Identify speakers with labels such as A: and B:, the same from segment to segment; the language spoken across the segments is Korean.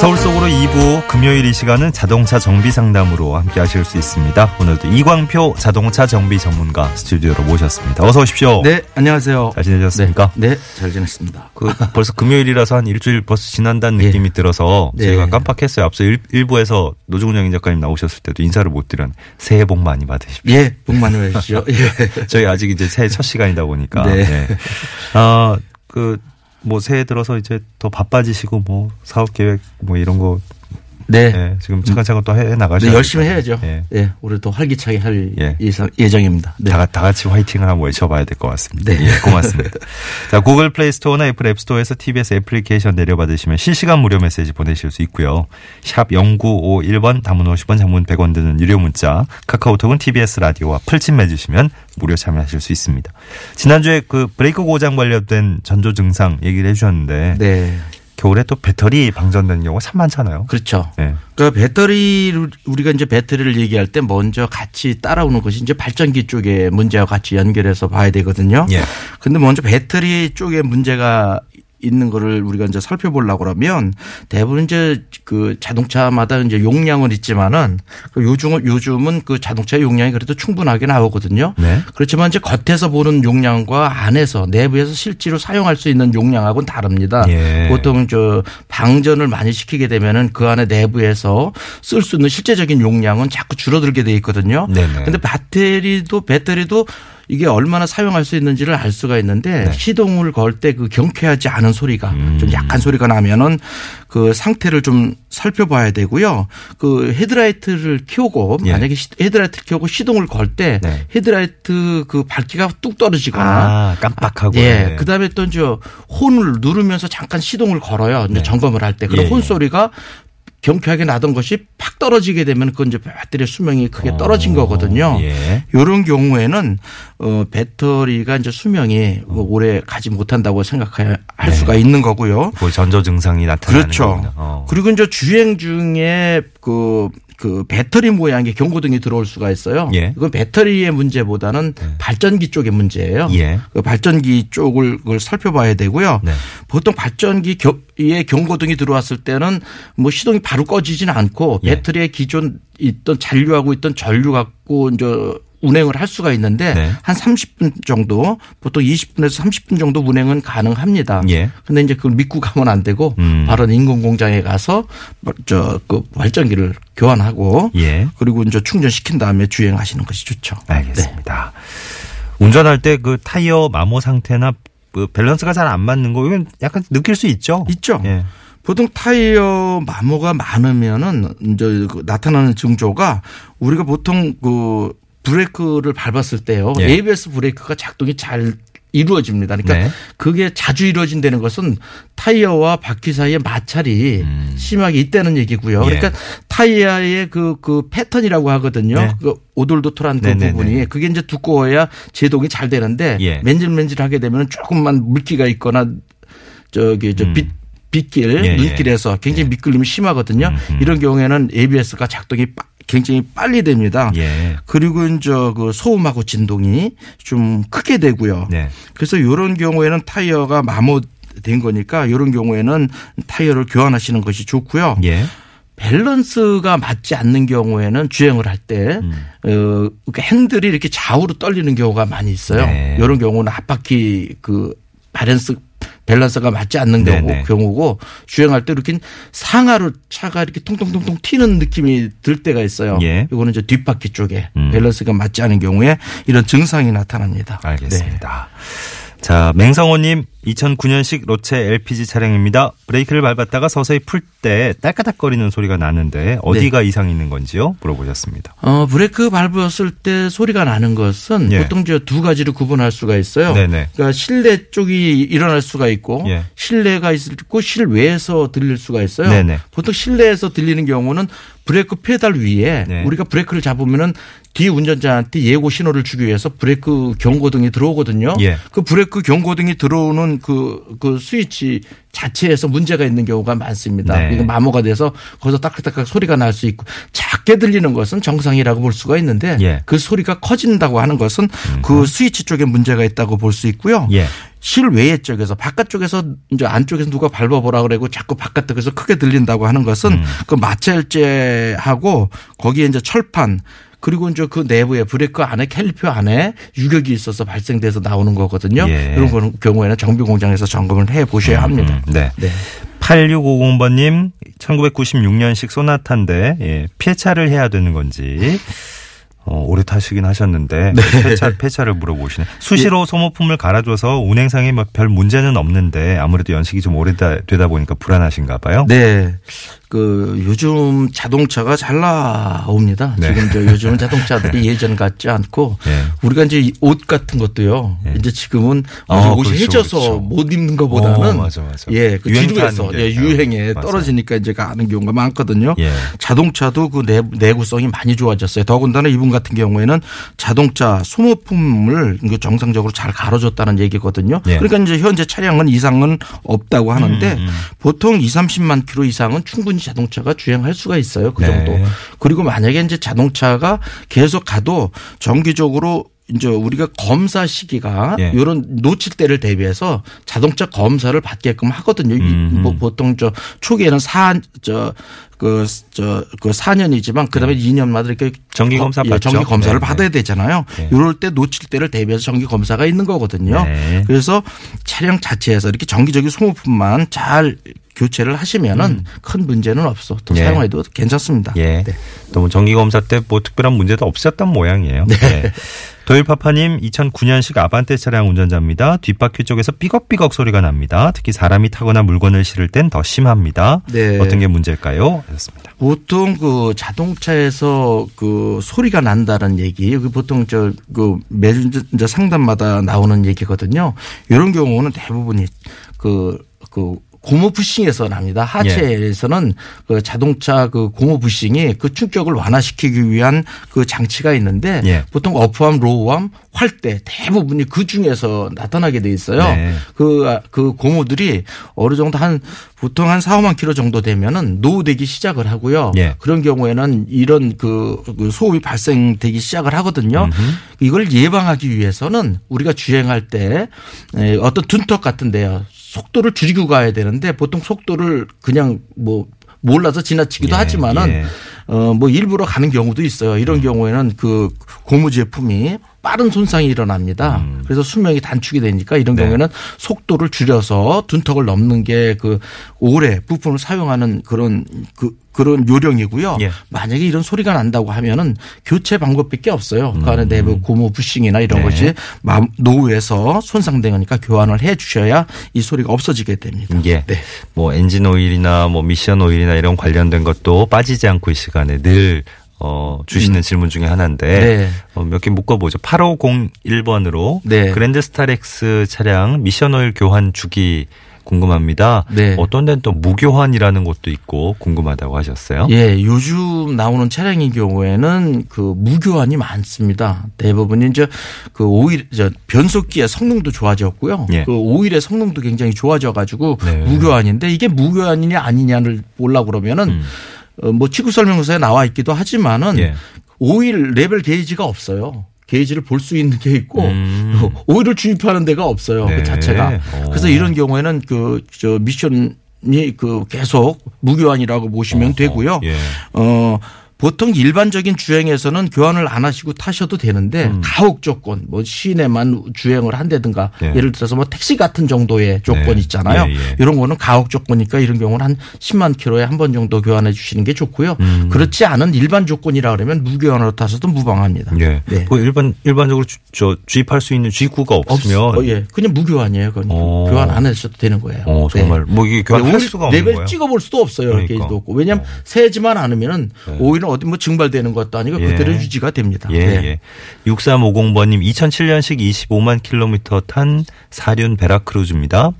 A: 서울 속으로 2부 금요일 이 시간은 자동차 정비 상담으로 함께 하실 수 있습니다. 오늘도 이광표 자동차 정비 전문가 스튜디오로 모셨습니다. 어서 오십시오.
B: 네, 안녕하세요.
A: 잘 지내셨습니까?
B: 네, 네, 잘 지냈습니다.
A: 그 벌써 금요일이라서 한 일주일 벌써 지난다는 느낌이 들어서
B: 네.
A: 저희가 깜빡했어요. 앞서 일, 일부에서 노중훈영 작가님 나오셨을 때도 인사를 못 드렸는데 새해 복 많이 받으십시오.
B: 예, 복 많이 받으시죠. 예.
A: 저희 아직 이제 새해 첫 시간이다 보니까.
B: 네.
A: 아, 그, 뭐 새해 들어서 이제 더 바빠지시고 뭐 사업 계획 뭐 이런 거
B: 네.
A: 예, 지금 차근차근 또 해 나가셔야
B: 네, 열심히 해야죠.
A: 예.
B: 예. 올해 또 활기차게 할
A: 예.
B: 예상, 예정입니다. 네.
A: 다, 다 같이 화이팅을 한번 외쳐봐야 될 것 같습니다.
B: 네.
A: 예, 고맙습니다. 자, 구글 플레이 스토어나 애플 앱 스토어에서 TBS 애플리케이션 내려받으시면 실시간 무료 메시지 보내실 수 있고요. 샵 0951번 담은 50원 장문 100원 드는 유료 문자 카카오톡은 TBS 라디오와 풀친 해주시면 무료 참여하실 수 있습니다. 지난주에 그 브레이크 고장 관련된 전조 증상 얘기를 해주셨는데
B: 네.
A: 겨울에 또 배터리 방전되는 경우가 참 많잖아요.
B: 그렇죠.
A: 네.
B: 그러니까 배터리 우리가 이제 배터리를 얘기할 때 먼저 같이 따라오는 것이 이제 발전기 쪽의 문제와 같이 연결해서 봐야 되거든요.
A: 예.
B: 근데 먼저 배터리 쪽에 문제가 있는 거를 우리가 이제 살펴보려고 그러면 대부분 이제 그 자동차마다 이제 용량은 있지만은 그 요즘은 요즘은 그 자동차의 용량이 그래도 충분하게 나오거든요.
A: 네.
B: 그렇지만 이제 겉에서 보는 용량과 안에서 내부에서 실제로 사용할 수 있는 용량하고는 다릅니다.
A: 예.
B: 보통 저 방전을 많이 시키게 되면은 그 안에 내부에서 쓸 수 있는 실제적인 용량은 자꾸 줄어들게 돼 있거든요.
A: 네네.
B: 근데 배터리도 배터리도 이게 얼마나 사용할 수 있는지를 알 수가 있는데
A: 네.
B: 시동을 걸 때 그 경쾌하지 않은 소리가
A: 음.
B: 좀 약한 소리가 나면은 그 상태를 좀 살펴봐야 되고요. 그 헤드라이트를 켜고
A: 예.
B: 만약에 시- 헤드라이트 켜고 시동을 걸 때
A: 네.
B: 헤드라이트 그 밝기가 뚝 떨어지거나
A: 아, 깜빡하고.
B: 예.
A: 네.
B: 그다음에 또 이제 혼을 누르면서 잠깐 시동을 걸어요. 이제 점검을 할 때. 그런
A: 예,
B: 혼
A: 예.
B: 소리가 경쾌하게 나던 것이 팍 떨어지게 되면 그건 이제 배터리 수명이 크게 떨어진 거거든요.
A: 예.
B: 이런 경우에는 어 배터리가 이제 수명이
A: 어.
B: 뭐 오래 가지 못한다고 생각할
A: 네.
B: 수가 있는 거고요.
A: 그 전조 증상이 나타나는
B: 그렇죠.
A: 거구나. 어.
B: 그리고 이제 주행 중에 그, 그 배터리 모양의 경고등이 들어올 수가 있어요.
A: 예. 네.
B: 이건 배터리의 문제보다는 발전기 쪽의 문제예요.
A: 예.
B: 그 발전기 쪽을 그걸 살펴봐야 되고요.
A: 네.
B: 보통 발전기의 경고등이 들어왔을 때는 뭐 시동이 바로 꺼지진 않고
A: 예.
B: 배터리의 기존 있던 잔류하고 있던 전류 갖고 이제 운행을 할 수가 있는데
A: 네.
B: 한 30분 정도 보통 20분에서 30분 정도 운행은 가능합니다.
A: 예.
B: 근데 이제 그걸 믿고 가면 안 되고
A: 음.
B: 바로 인공 공장에 가서 저그 발전기를 교환하고
A: 예.
B: 그리고 이제 충전시킨 다음에 주행하시는 것이 좋죠.
A: 알겠습니다. 운전할 때 그 타이어 마모 상태나 그 밸런스가 잘 안 맞는 거 이건 약간 느낄 수 있죠.
B: 네. 있죠.
A: 예.
B: 보통 타이어 마모가 많으면은 이제 그 나타나는 징조가 우리가 보통 그 브레이크를 밟았을 때요.
A: 예.
B: ABS 브레이크가 작동이 잘 이루어집니다. 그러니까
A: 네.
B: 그게 자주 이루어진다는 것은 타이어와 바퀴 사이의 마찰이 심하게 있다는 얘기고요.
A: 음. 예.
B: 그러니까 타이어의 그, 그 패턴이라고 하거든요.
A: 네.
B: 그 오돌도톨한 그
A: 네네네.
B: 부분이 그게 이제 두꺼워야 제동이 잘 되는데
A: 예.
B: 맨질맨질하게 되면 조금만 물기가 있거나 저기 저 빛, 빗길,
A: 음. 예, 음, 예.
B: 물길에서 굉장히 미끌림이 심하거든요. 이런 경우에는 ABS가 작동이 빠- 굉장히 빨리 됩니다.
A: 예.
B: 그리고 이제 그 소음하고 진동이 좀 크게 되고요.
A: 네.
B: 그래서 이런 경우에는 타이어가 마모된 거니까 이런 경우에는 타이어를 교환하시는 것이 좋고요.
A: 예.
B: 밸런스가 맞지 않는 경우에는 주행을 할 때
A: 음.
B: 어, 그 핸들이 이렇게 좌우로 떨리는 경우가 많이 있어요.
A: 네.
B: 이런 경우는 앞바퀴 그 밸런스 밸런스가 맞지 않는 경우,
A: 네네.
B: 경우고 주행할 때 이렇게 상하로 차가 이렇게 통통통통 튀는 느낌이 들 때가 있어요.
A: 예.
B: 이거는 이제 뒷바퀴 쪽에
A: 음.
B: 밸런스가 맞지 않은 경우에 이런 증상이 나타납니다. 네.
A: 알겠습니다. 자, 맹성호님, 2009년식 로체 LPG 차량입니다. 브레이크를 밟았다가 서서히 풀 때 딸까닥거리는 소리가 나는데
B: 네.
A: 어디가 이상 있는 건지요? 물어보셨습니다.
B: 어, 브레이크 밟았을 때 소리가 나는 것은
A: 예.
B: 보통 저 두 가지로 구분할 수가 있어요.
A: 네네.
B: 그러니까 실내 쪽이 일어날 수가 있고
A: 예.
B: 실내가 있고 실외에서 들릴 수가 있어요.
A: 네네.
B: 보통 실내에서 들리는 경우는 브레이크 페달 위에
A: 네.
B: 우리가 브레이크를 잡으면은 뒤 운전자한테 예고 신호를 주기 위해서 브레이크 경고등이 들어오거든요.
A: 예.
B: 그 브레이크 경고등이 들어오는 보면은 그, 그 스위치 자체에서 문제가 있는 경우가 많습니다.
A: 네.
B: 이거 마모가 돼서 거기서 따깍따깍 소리가 날 수 있고 작게 들리는 것은 정상이라고 볼 수가 있는데
A: 예.
B: 그 소리가 커진다고 하는 것은 그 스위치 쪽에 문제가 있다고 볼 수 있고요.
A: 예.
B: 실외의 쪽에서 바깥쪽에서 이제 안쪽에서 누가 밟아보라 그러고 자꾸 바깥쪽에서 크게 들린다고 하는 것은
A: 음.
B: 그 마찰제하고 거기에 이제 철판 그리고 이제 그 내부에 브레이크 안에 캘리퍼 안에 유격이 있어서 발생돼서 나오는 거거든요.
A: 예.
B: 이런 거는 경우에는 정비 공장에서 점검을 해 보셔야 합니다.
A: 음, 네.
B: 네.
A: 8650번님, 1996년식 소나타인데, 예, 폐차를 해야 되는 건지, 어, 오래 타시긴 하셨는데, 폐차, 폐차를 물어보시네. 수시로 소모품을 갈아줘서 운행상에 뭐별 문제는 없는데, 아무래도 연식이 좀 오래다, 되다 보니까 불안하신가 봐요.
B: 네. 그 요즘 자동차가 잘 나옵니다.
A: 네.
B: 지금 저 요즘은 자동차들이 예전 같지 않고
A: 네.
B: 우리가 이제 옷 같은 것도
A: 네.
B: 이제 지금은
A: 아,
B: 옷이
A: 그렇죠,
B: 해져서
A: 그렇죠.
B: 못 입는 것보다는
A: 어, 맞아, 맞아.
B: 예, 그
A: 유행
B: 뒤로에서
A: 타는 게
B: 예, 유행에
A: 맞아요.
B: 떨어지니까 이제 가는 경우가 많거든요.
A: 예.
B: 자동차도 그 내, 내구성이 많이 좋아졌어요. 더군다나 이분 같은 경우에는 자동차 소모품을 이거 정상적으로 잘 갈아줬다는 얘기거든요.
A: 예. 음,
B: 그러니까 이제 현재 차량은 이상은 없다고 하는데 보통 2, 30만 킬로 이상은 충분히 자동차가 주행할 수가 있어요. 그
A: 네.
B: 정도. 그리고 만약에 이제 자동차가 계속 가도 정기적으로 이제 우리가 검사 시기가
A: 예.
B: 이런 놓칠 때를 대비해서 자동차 검사를 받게끔 하거든요. 이
A: 음.
B: 뭐 보통 저 초기에는 그, 사저그저그 4년이지만 그다음에 2년마다 이렇게
A: 네. 정기 검사
B: 예,
A: 받죠.
B: 정기 검사를
A: 네,
B: 받아야 되잖아요. 이럴 때 놓칠 때를 대비해서 정기 검사가 있는 거거든요.
A: 네.
B: 그래서 차량 자체에서 이렇게 정기적인 소모품만 잘 교체를 하시면은
A: 음.
B: 큰 문제는 없어. 또
A: 예.
B: 사용해도 괜찮습니다. 네.
A: 예. 너무 정기검사 때 뭐 특별한 문제도 없었던 모양이에요.
B: 네.
A: 예. 도일파파님, 2009년식 아반떼 차량 운전자입니다. 뒷바퀴 쪽에서 삐걱삐걱 소리가 납니다. 특히 사람이 타거나 물건을 실을 땐 더 심합니다.
B: 네.
A: 어떤 게 문제일까요? 하셨습니다.
B: 보통 그 자동차에서 그 소리가 난다는 얘기, 여기 보통 저 그 매주 이제 상담마다 나오는 얘기거든요. 이런 경우는 대부분이 그, 그 고무 부싱에서 납니다. 하체에서는 그 자동차 그 고무 부싱이 그 충격을 완화시키기 위한 그 장치가 있는데
A: 예.
B: 보통 어프암, 로우암, 활대 대부분이 그 중에서 나타나게 돼 있어요.
A: 네.
B: 그, 아, 그 고무들이 어느 정도 한 보통 한 4, 5만 킬로 정도 되면은 노후되기 시작을 하고요.
A: 예.
B: 그런 경우에는 이런 그, 그 소음이 발생되기 시작을 하거든요. 이걸 예방하기 위해서는 우리가 주행할 때 에, 어떤 둔턱 같은데요. 속도를 줄이고 가야 되는데 보통 속도를 그냥 뭐 몰라서 지나치기도
A: 예,
B: 하지만은
A: 예.
B: 어, 뭐 일부러 가는 경우도 있어요.
A: 음.
B: 이런 경우에는 그 고무 제품이 빠른 손상이 일어납니다. 그래서 수명이 단축이 되니까 이런
A: 음. 네.
B: 경우에는 속도를 줄여서 둔턱을 넘는 게 그 오래 부품을 사용하는 그런 그 그런 요령이고요.
A: 예.
B: 만약에 이런 소리가 난다고 하면은 교체 방법밖에 없어요. 그 안에 내부 고무 부싱이나 이런
A: 음. 네.
B: 것이 마- 노후에서 손상되니까 교환을 해 주셔야 이 소리가 없어지게 됩니다.
A: 예.
B: 네.
A: 뭐 엔진 오일이나 뭐 미션 오일이나 이런 관련된 것도 빠지지 않고 이 시간에 늘 어, 주시는 질문 중에 하나인데
B: 음. 네.
A: 몇 개 묶어보죠. 8501번으로
B: 네.
A: 그랜드 스타렉스 차량 미션 오일 교환 주기 궁금합니다.
B: 네.
A: 어떤 데는 또 무교환이라는 것도 있고 궁금하다고 하셨어요.
B: 예, 요즘 나오는 차량의 경우에는 그 무교환이 많습니다. 대부분 이제 그 오일 저 변속기의 성능도 좋아졌고요.
A: 예.
B: 그 오일의 성능도 굉장히 좋아져 가지고
A: 네.
B: 무교환인데 이게 무교환이냐 아니냐를 보려 그러면은 어, 뭐 치구 설명서에 나와 있기도 하지만은
A: 음. 예.
B: 오일 레벨 게이지가 없어요. 게이지를 볼 수 있는 게 있고
A: 음.
B: 오일을 주입하는 데가 없어요.
A: 네.
B: 그 자체가.
A: 오.
B: 그래서 이런 경우에는 그 저 미션이 그 계속 무교환이라고 보시면
A: 어허.
B: 되고요.
A: 예.
B: 어 보통 일반적인 주행에서는 교환을 안 하시고 타셔도 되는데
A: 음.
B: 가혹 조건 뭐 시내만 주행을 한다든가
A: 예.
B: 예를 들어서 뭐 택시 같은 정도의 조건
A: 네.
B: 있잖아요.
A: 예, 예.
B: 이런 거는 가혹 조건이니까 이런 경우는 한 10만 킬로에 한 번 정도 교환해 주시는 게 좋고요.
A: 음.
B: 그렇지 않은 일반 조건이라 그러면 무교환으로 타셔도 무방합니다.
A: 예.
B: 네.
A: 그 일반 일반적으로 주, 저 주입할 수 있는 주입구가 없으면
B: 없- 어, 예. 그냥 무교환이에요. 그건
A: 어.
B: 교환 안 하셔도 되는 거예요.
A: 어, 정말 뭐 이게 교환할
B: 네. 오일
A: 수가 없는
B: 레벨
A: 거예요.
B: 찍어볼 수도 없어요.
A: 그러니까.
B: 게이지도 없고. 왜냐하면 세지만 않으면은 오일은 어디 뭐 증발되는 것도 아니고
A: 예.
B: 그대로 유지가 됩니다.
A: 예,
B: 네.
A: 예. 6350번님, 2007년식 25만 킬로미터 탄 사륜 베라크루즈입니다.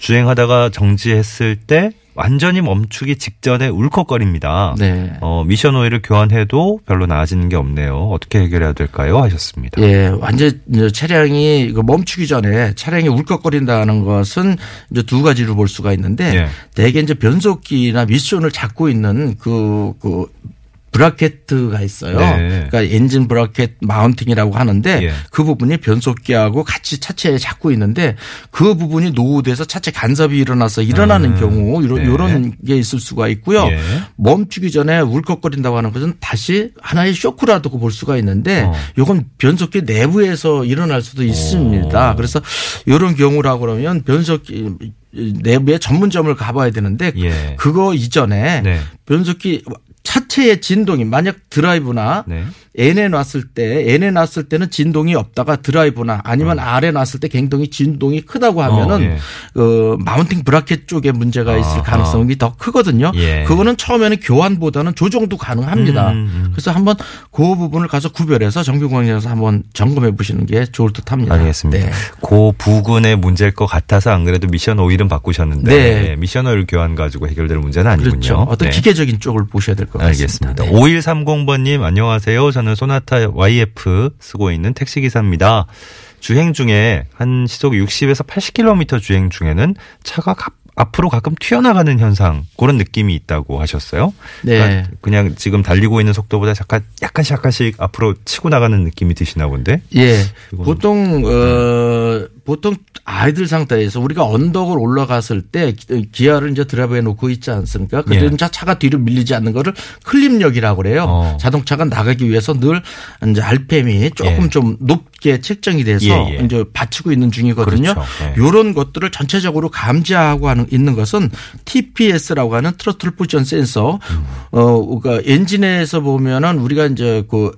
A: 주행하다가 정지했을 때 완전히 멈추기 직전에 울컥거립니다.
B: 네.
A: 어, 미션 오일을 교환해도 별로 나아지는 게 없네요. 어떻게 해결해야 될까요? 하셨습니다.
B: 예, 완전 이제 차량이 이거 멈추기 전에 차량이 울컥거린다는 것은 이제 두 가지로 볼 수가 있는데
A: 예.
B: 대개 이제 변속기나 미션을 잡고 있는 그, 그 브라켓가 있어요.
A: 네.
B: 그러니까 엔진 브라켓 마운팅이라고 하는데
A: 예.
B: 그 부분이 변속기하고 같이 차체에 잡고 있는데 그 부분이 노후돼서 차체 간섭이 일어나서 일어나는 경우 이런
A: 네.
B: 이런 게 있을 수가 있고요.
A: 예.
B: 멈추기 전에 울컥거린다고 하는 것은 다시 하나의 쇼크라고 볼 수가 있는데
A: 어.
B: 이건 변속기 내부에서 일어날 수도 있습니다. 그래서 이런 경우라고 그러면 변속기 내부의 전문점을 가봐야 되는데
A: 예.
B: 그거 이전에
A: 네.
B: 변속기 차체의 진동이 만약 드라이브나
A: 네.
B: N에 놨을 때 N에 놨을 때는 진동이 없다가 드라이브나 아니면 R에 놨을 때 굉장히 진동이 크다고 하면은
A: 음. 어,
B: 어, 마운팅 브라켓 쪽에 문제가 있을
A: 아하.
B: 가능성이 더 크거든요.
A: 예.
B: 그거는 처음에는 교환보다는 조정도 가능합니다.
A: 음, 음.
B: 그래서 한번 그 부분을 가서 구별해서 정비공항에서 한번 점검해 보시는 게 좋을 듯합니다.
A: 알겠습니다.
B: 네.
A: 그 부근의 문제일 것 같아서 안 그래도 미션 오일은 바꾸셨는데
B: 네.
A: 예, 미션 오일 교환 가지고 해결될 문제는 아니군요.
B: 그렇죠. 어떤
A: 네.
B: 기계적인 쪽을 보셔야 될 것 같습니다.
A: 알겠습니다.
B: 네.
A: 5130번님 안녕하세요. 저는 소나타 YF 쓰고 있는 택시기사입니다. 주행 중에 한 시속 60에서 80km 주행 중에는 차가 가- 앞으로 가끔 튀어나가는 현상 그런 느낌이 있다고 하셨어요.
B: 네.
A: 그러니까 그냥 지금 달리고 있는 속도보다 약간 약간씩 약간씩 앞으로 치고 나가는 느낌이 드시나 본데.
B: 예.
A: 아, 이거는-
B: 보통 어 보통 아이들 상태에서 우리가 언덕을 올라갔을 때 기- 기아를 이제 드라이브에 놓고 있지 않습니까? 그때는
A: 예.
B: 차- 차가 뒤로 밀리지 않는 거를 클립력이라고 그래요.
A: 어.
B: 자동차가 나가기 위해서 늘 이제 알팸이 조금
A: 예.
B: 좀 높게 책정이 돼서
A: 예, 예.
B: 이제 받치고 있는 중이거든요.
A: 그렇죠. 예.
B: 이런 것들을 전체적으로 감지하고 하는 있는 것은 TPS라고 하는 트러틀 포지션 센서. 어, 그러니까 엔진에서 보면은 우리가 이제 그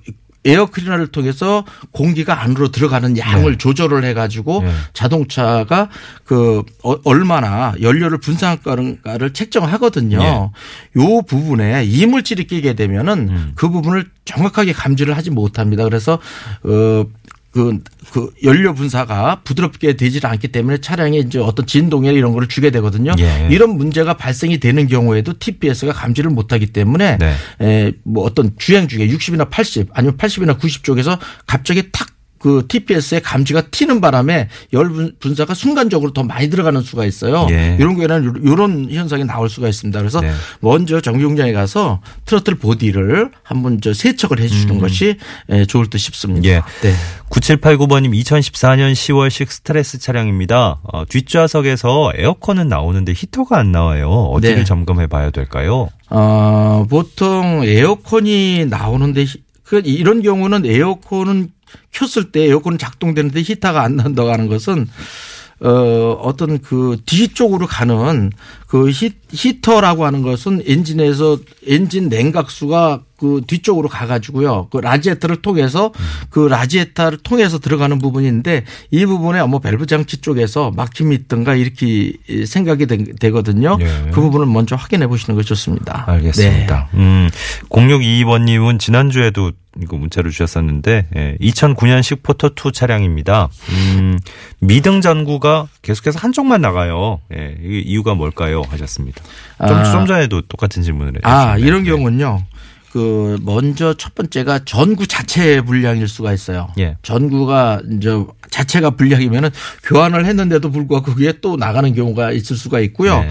B: 에어 클리너를 통해서 공기가 안으로 들어가는 양을 조절을 해가지고
A: 네.
B: 자동차가 그 어- 얼마나 연료를 분산가를
A: 네.
B: 책정하거든요. 요 부분에 이물질이 끼게 되면은
A: 음.
B: 그 부분을 정확하게 감지를 하지 못합니다. 그래서 어 그, 그 연료 분사가 부드럽게 되질 않기 때문에 차량에 이제 어떤 진동이나 이런 거를 주게 되거든요.
A: 예.
B: 이런 문제가 발생이 되는 경우에도 TPS가 감지를 못하기 때문에
A: 네.
B: 에, 뭐 어떤 주행 중에 60이나 80 아니면 80이나 90 쪽에서 갑자기 탁 그 TPS의 감지가 튀는 바람에 열 분- 분사가 순간적으로 더 많이 들어가는 수가 있어요.
A: 예.
B: 이런 경우에는 이런 현상이 나올 수가 있습니다. 그래서
A: 네.
B: 먼저 정비공장에 가서 트러틀 보디를 한번 저 세척을 해주는 것이 에, 좋을 듯 싶습니다.
A: 음. 예.
B: 네.
A: 9789번님 2014년 10월식 스트레스 차량입니다. 어, 뒷좌석에서 에어컨은 나오는데 히터가 안 나와요. 어디를
B: 네.
A: 점검해 봐야 될까요?
B: 어, 보통 에어컨이 나오는데 히- 그 이런 경우는 에어컨은 켰을 때 에어컨은 작동되는데 히터가 안 난다고 하는 것은 어, 어떤 그 뒤쪽으로 가는 그 히, 히터라고 하는 것은 엔진에서 엔진 냉각수가 그 뒤쪽으로 가가지고요. 그 라지에타를 통해서 그 라지에타를 통해서 들어가는 부분인데 이 부분에 뭐 밸브 장치 쪽에서 막힘이 있든가 이렇게 생각이 되- 되거든요.
A: 예.
B: 그 부분을 먼저 확인해 보시는 것이 좋습니다. 네.
A: 알겠습니다. 음, 0622번님은 지난주에도 이거 문자를 주셨었는데, 예, 2009년식 포터2 차량입니다. 음, 미등 전구가 계속해서 한쪽만 나가요. 예, 이게 이유가 뭘까요? 하셨습니다. 좀,
B: 아.
A: 좀 전에도 똑같은 질문을
B: 아,
A: 해주셨네요.
B: 이런
A: 네.
B: 경우는요. 그 먼저 첫 번째가 전구 자체 불량일 수가 있어요.
A: 예.
B: 전구가 이제 자체가 불량이면은 교환을 했는데도 불구하고 그게 또 나가는 경우가 있을 수가 있고요.
A: 네.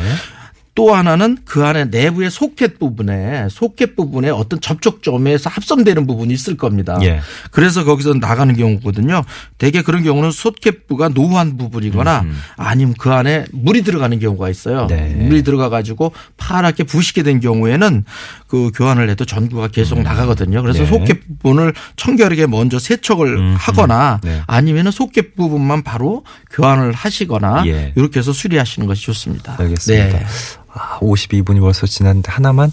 B: 또 하나는 그 안에 내부의 소켓 부분에 소켓 부분에 어떤 접촉점에서 합성되는 부분이 있을 겁니다.
A: 예.
B: 그래서 거기서 나가는 경우거든요. 대개 그런 경우는 소켓부가 노후한 부분이거나 아니면 그 안에 물이 들어가는 경우가 있어요.
A: 음, 네.
B: 물이 들어가 가지고 파랗게 부식이 된 경우에는 그 교환을 해도 전구가 계속 나가거든요. 그래서
A: 네.
B: 소켓 부분을 청결하게 먼저 세척을 하거나
A: 네.
B: 아니면은 소켓 부분만 바로 교환을 하시거나
A: 예.
B: 이렇게 해서 수리하시는 것이 좋습니다.
A: 알겠습니다.
B: 네.
A: 아, 52분이 벌써 지났는데 하나만?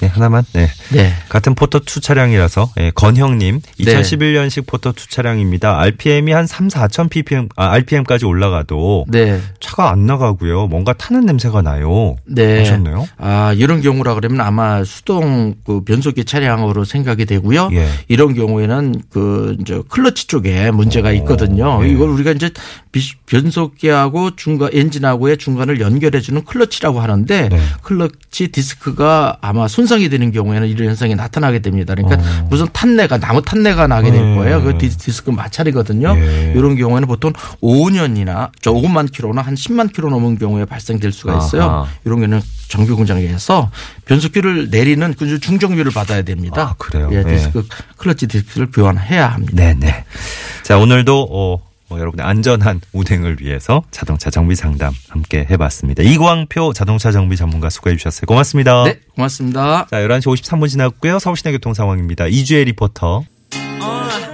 A: 네, 하나만. 네.
B: 네.
A: 같은 포터 2 차량이라서 예, 건형님 2011년식 포터 2 차량입니다. RPM이 한 3, 4천 ppm 아, RPM까지 올라가도
B: 네.
A: 차가 안 나가고요. 뭔가 타는 냄새가 나요.
B: 네.
A: 하셨네요.
B: 아, 이런 경우라 그러면 아마 수동 그 변속기 차량으로 생각이 되고요.
A: 예.
B: 이런 경우에는 그 이제 클러치 쪽에 문제가 있거든요.
A: 예.
B: 이걸 우리가 이제 비- 변속기하고 중간 엔진하고의 중간을 연결해 주는 클러치라고 하는데
A: 네.
B: 클러치 디스크가 아마 손상이 되는 경우에는 이런 현상이 나타나게 됩니다. 그러니까
A: 어.
B: 무슨 탄내가 나무 탄내가 나게 될 거예요.
A: 예.
B: 그 디- 디스크 마찰이거든요.
A: 예.
B: 이런 경우에는 보통 5년이나 저 5만 킬로나 한 10만 킬로 넘은 경우에 발생될 수가 있어요.
A: 아하.
B: 이런 경우는 정비 공장에서 변속기를 내리는 그 중정비를 받아야 됩니다.
A: 아, 그래요?
B: 예,
A: 예.
B: 디스크 클러치 디스크를 교환해야 합니다.
A: 네, 네. 자, 오늘도 어, 어, 여러분의 안전한 운행을 위해서 자동차 정비 상담 함께 해봤습니다. 이광표 자동차 정비 전문가 수고해 주셨어요. 고맙습니다.
B: 네, 고맙습니다.
A: 자, 11시 53분 지났고요. 서울시내 교통 상황입니다. 이주혜 리포터.
C: 어,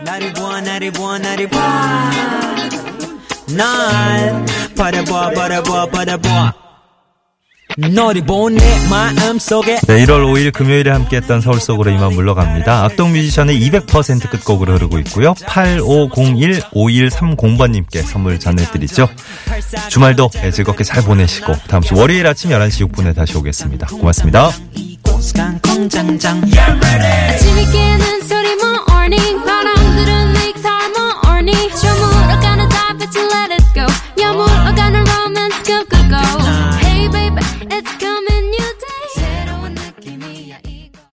C: 나를 보아 나를 보아 나를 보아 날 바라보아 바라보아 바라보아 너를 보내 마음속에
A: 네, 1월 5일 금요일에 함께했던 서울 속으로 이만 물러갑니다. 악동 뮤지션의 200% 끝곡으로 흐르고 있고요. 8501-5130번님께 선물 전해드리죠. 주말도 네, 즐겁게 잘 보내시고 다음 주 월요일 아침 11시 6분에 다시 오겠습니다. 고맙습니다.
C: 이곳 강콩장장
D: 아침이 깨는 소리 morning 바람